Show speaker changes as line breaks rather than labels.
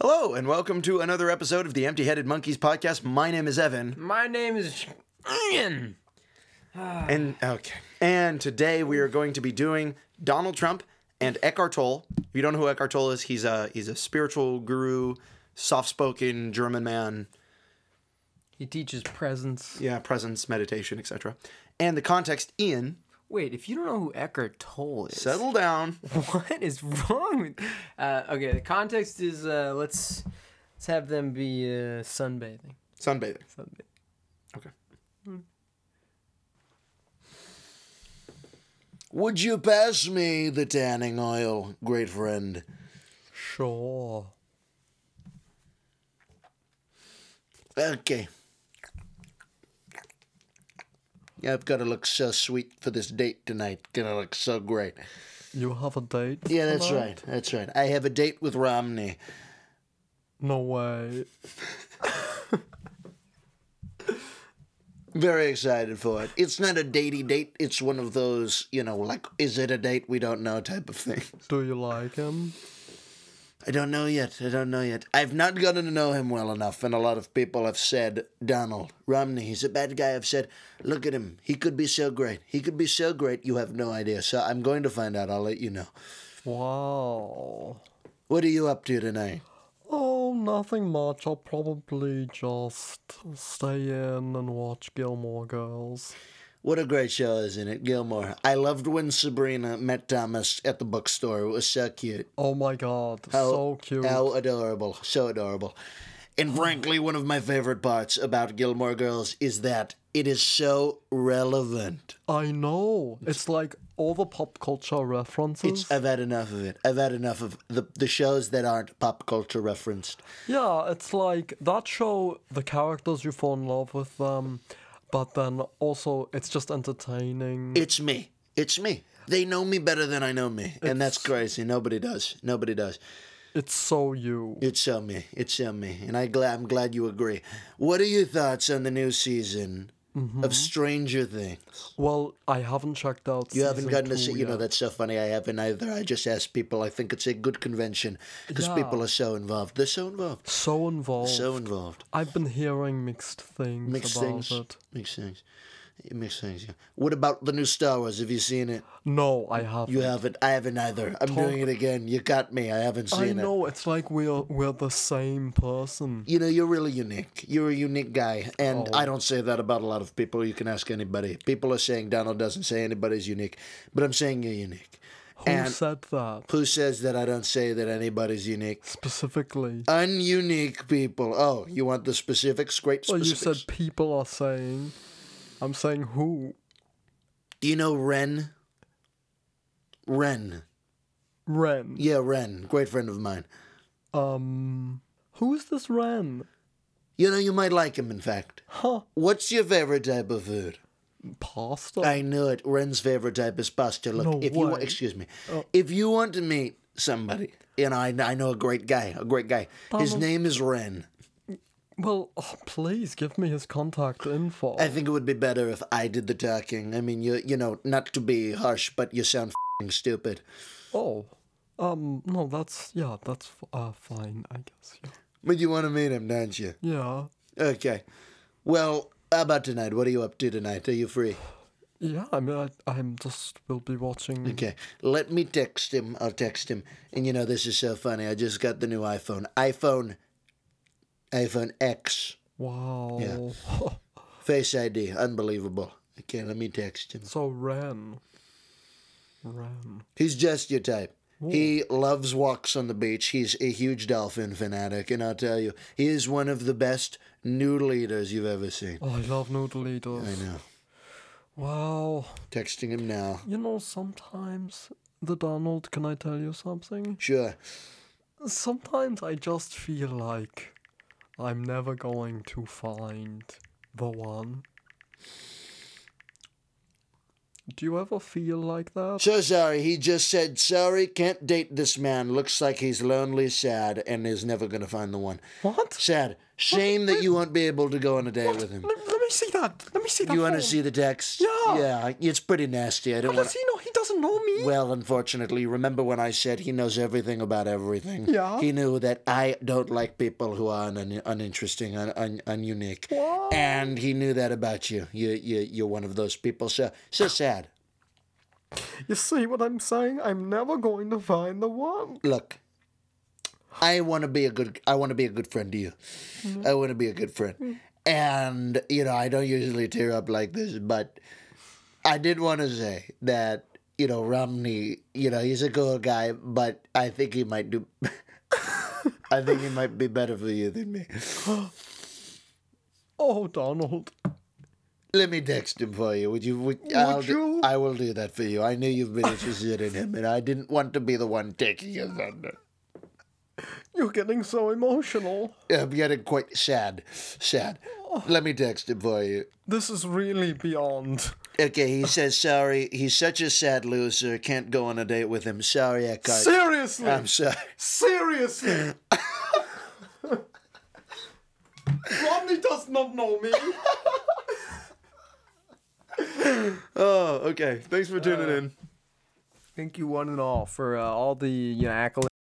Hello, and welcome to another episode of the Empty Headed Monkeys podcast. My name is Evan.
My name is Ian.
And okay. And today we are going to be doing Donald Trump and Eckhart Tolle. If you don't know who Eckhart Tolle is, he's a he's a spiritual guru, soft-spoken German man.
He teaches presence.
Yeah, presence, meditation, etc. And the context Ian,
Wait, if you don't know who Eckhart Tolle is,
settle down.
what is wrong? With, uh, okay, the context is uh, let's let's have them be uh, sunbathing.
Sunbathing.
Sunbathing.
Okay. Would you pass me the tanning oil, great friend?
Sure.
Okay. I've got to look so sweet for this date tonight. Gonna look so great.
You have a date?
Yeah, that's right. That's right. I have a date with Romney.
No way.
Very excited for it. It's not a datey date. It's one of those, you know, like, is it a date? We don't know type of thing.
Do you like him?
I don't know yet. I don't know yet. I've not gotten to know him well enough, and a lot of people have said, Donald Romney, he's a bad guy. I've said, look at him. He could be so great. He could be so great. You have no idea. So I'm going to find out. I'll let you know.
Wow.
What are you up to tonight?
Oh, nothing much. I'll probably just stay in and watch Gilmore Girls.
What a great show, isn't it, Gilmore? I loved when Sabrina met Thomas at the bookstore. It was so cute.
Oh my god, so cute.
How adorable. So adorable. And frankly, one of my favorite parts about Gilmore Girls is that it is so relevant.
I know. It's like all the pop culture references.
It's, I've had enough of it. I've had enough of the, the shows that aren't pop culture referenced.
yeah, it's like that show, the characters you fall in love with them, but then also it's just entertaining.
It's me. It's me. They know me better than I know me. and that's crazy. Nobody does. Nobody does.
it's so you.
It's so me. It's so me. And I gla- I'm glad you agree. What are your thoughts on the new season
Mm-hmm.
of Stranger Things?
well, I haven't checked out.
You haven't gotten to see, you know, that's so funny. I haven't either. I just ask people. I think it's a good convention because
Yeah.
people are so involved. They're so involved.
So involved.
So involved.
I've been hearing mixed things
Mixed
about
things.
it.
Mixed things. Mixed things, yeah. What about the new Star Wars? Have you seen it?
No, I haven't.
You haven't. I haven't either. I'm doing it again. You got me. I haven't
I
seen it.
know. It's like we're we're the same person.
You know, you're really unique. You're a unique guy. And
Oh.
I don't say that about a lot of people. You can ask anybody. People are saying Donald doesn't say anybody's unique, but I'm saying you're unique.
Who
and
said that
who says that I don't say that anybody's unique?
specifically?
Ununique people. Oh, you want the specifics? Great
Well, you
specifics.
said people are saying. I'm saying who?
Do you know Ren? Ren.
Ren.
Yeah, Ren. Great friend of mine.
Um, who's this Ren?
You know, you might like him, in fact.
Huh?
What's your favorite type of food?
Pasta.
I knew it. Ren's favorite type is pasta. Look,
No
if you wa-
way. Oh.
excuse me, if you want to meet somebody, and I I know a great guy, a great guy. His name is Ren.
well, oh, please give me his contact info.
I think it would be better if I did the talking. I mean, you you know, not to be harsh, but you sound fing stupid.
oh, um, no, that's yeah, that's f- uh fine, I guess. Yeah.
But you want to meet him, don't you?
Yeah.
Okay. Well, how about tonight? What are you up to tonight? Are you free?
Yeah, I mean, I, I'm just will be watching.
Okay, let me text him. I'll text him. And you know, this is so funny. I just got the new iPhone. iPhone. iPhone X.
Wow.
Face ID. Unbelievable. Okay, let me text him.
so Ren. Ren.
He's just your type. He loves walks on the beach. He's a huge dolphin fanatic. And I'll tell you, he is one of the best new leaders you've ever seen.
Oh, I love noodle eaters.
I know.
Wow.
Texting him now.
You know, sometimes the Donald. Can I tell you something?
Sure.
Sometimes I just feel like I'm never going to find the one. Do you ever feel like that?
So sorry. He just said, sorry, can't date this man. Looks like he's lonely, sad, and is never going to find the one.
What?
Sad. Shame that you won't be able to go on a date with him.
Let, let me see that. Let me see that.
You want to
phone.
see the text?
Yeah.
Yeah, it's pretty nasty. I don't
How
want
does he know? He doesn't know me.
Well, unfortunately, remember when I said he knows everything about everything?
Yeah.
He knew that I don't like people who are un- uninteresting, un- un- ununique.
Why?
And he knew that about you. You, you. You're one of those people. So, so sad.
You see what I'm saying? I'm never going to find the one.
Look, I want to be a good. I want to be a good friend to you. I want to be a good friend. And you know, I don't usually tear up like this, but I did want to say that you know Romney. You know, he's a cool guy, but I think he might do. I think he might be better for you than me.
Oh, Donald.
Let me text him for you. Would you? Would, would
you?
I will do that for you. I knew you've been interested in him, and I didn't want to be the one taking his thunder.
You're getting so emotional.
I'm getting quite sad. Sad. Let me text him for you.
This is really beyond.
Okay, he says sorry. He's such a sad loser. Can't go on a date with him. Sorry, I can't.
Seriously!
I'm sorry.
Seriously! Romney does not know me.
Oh, okay. Thanks for tuning in.
Thank you, one and all, for uh, all uh, the you know, accolades.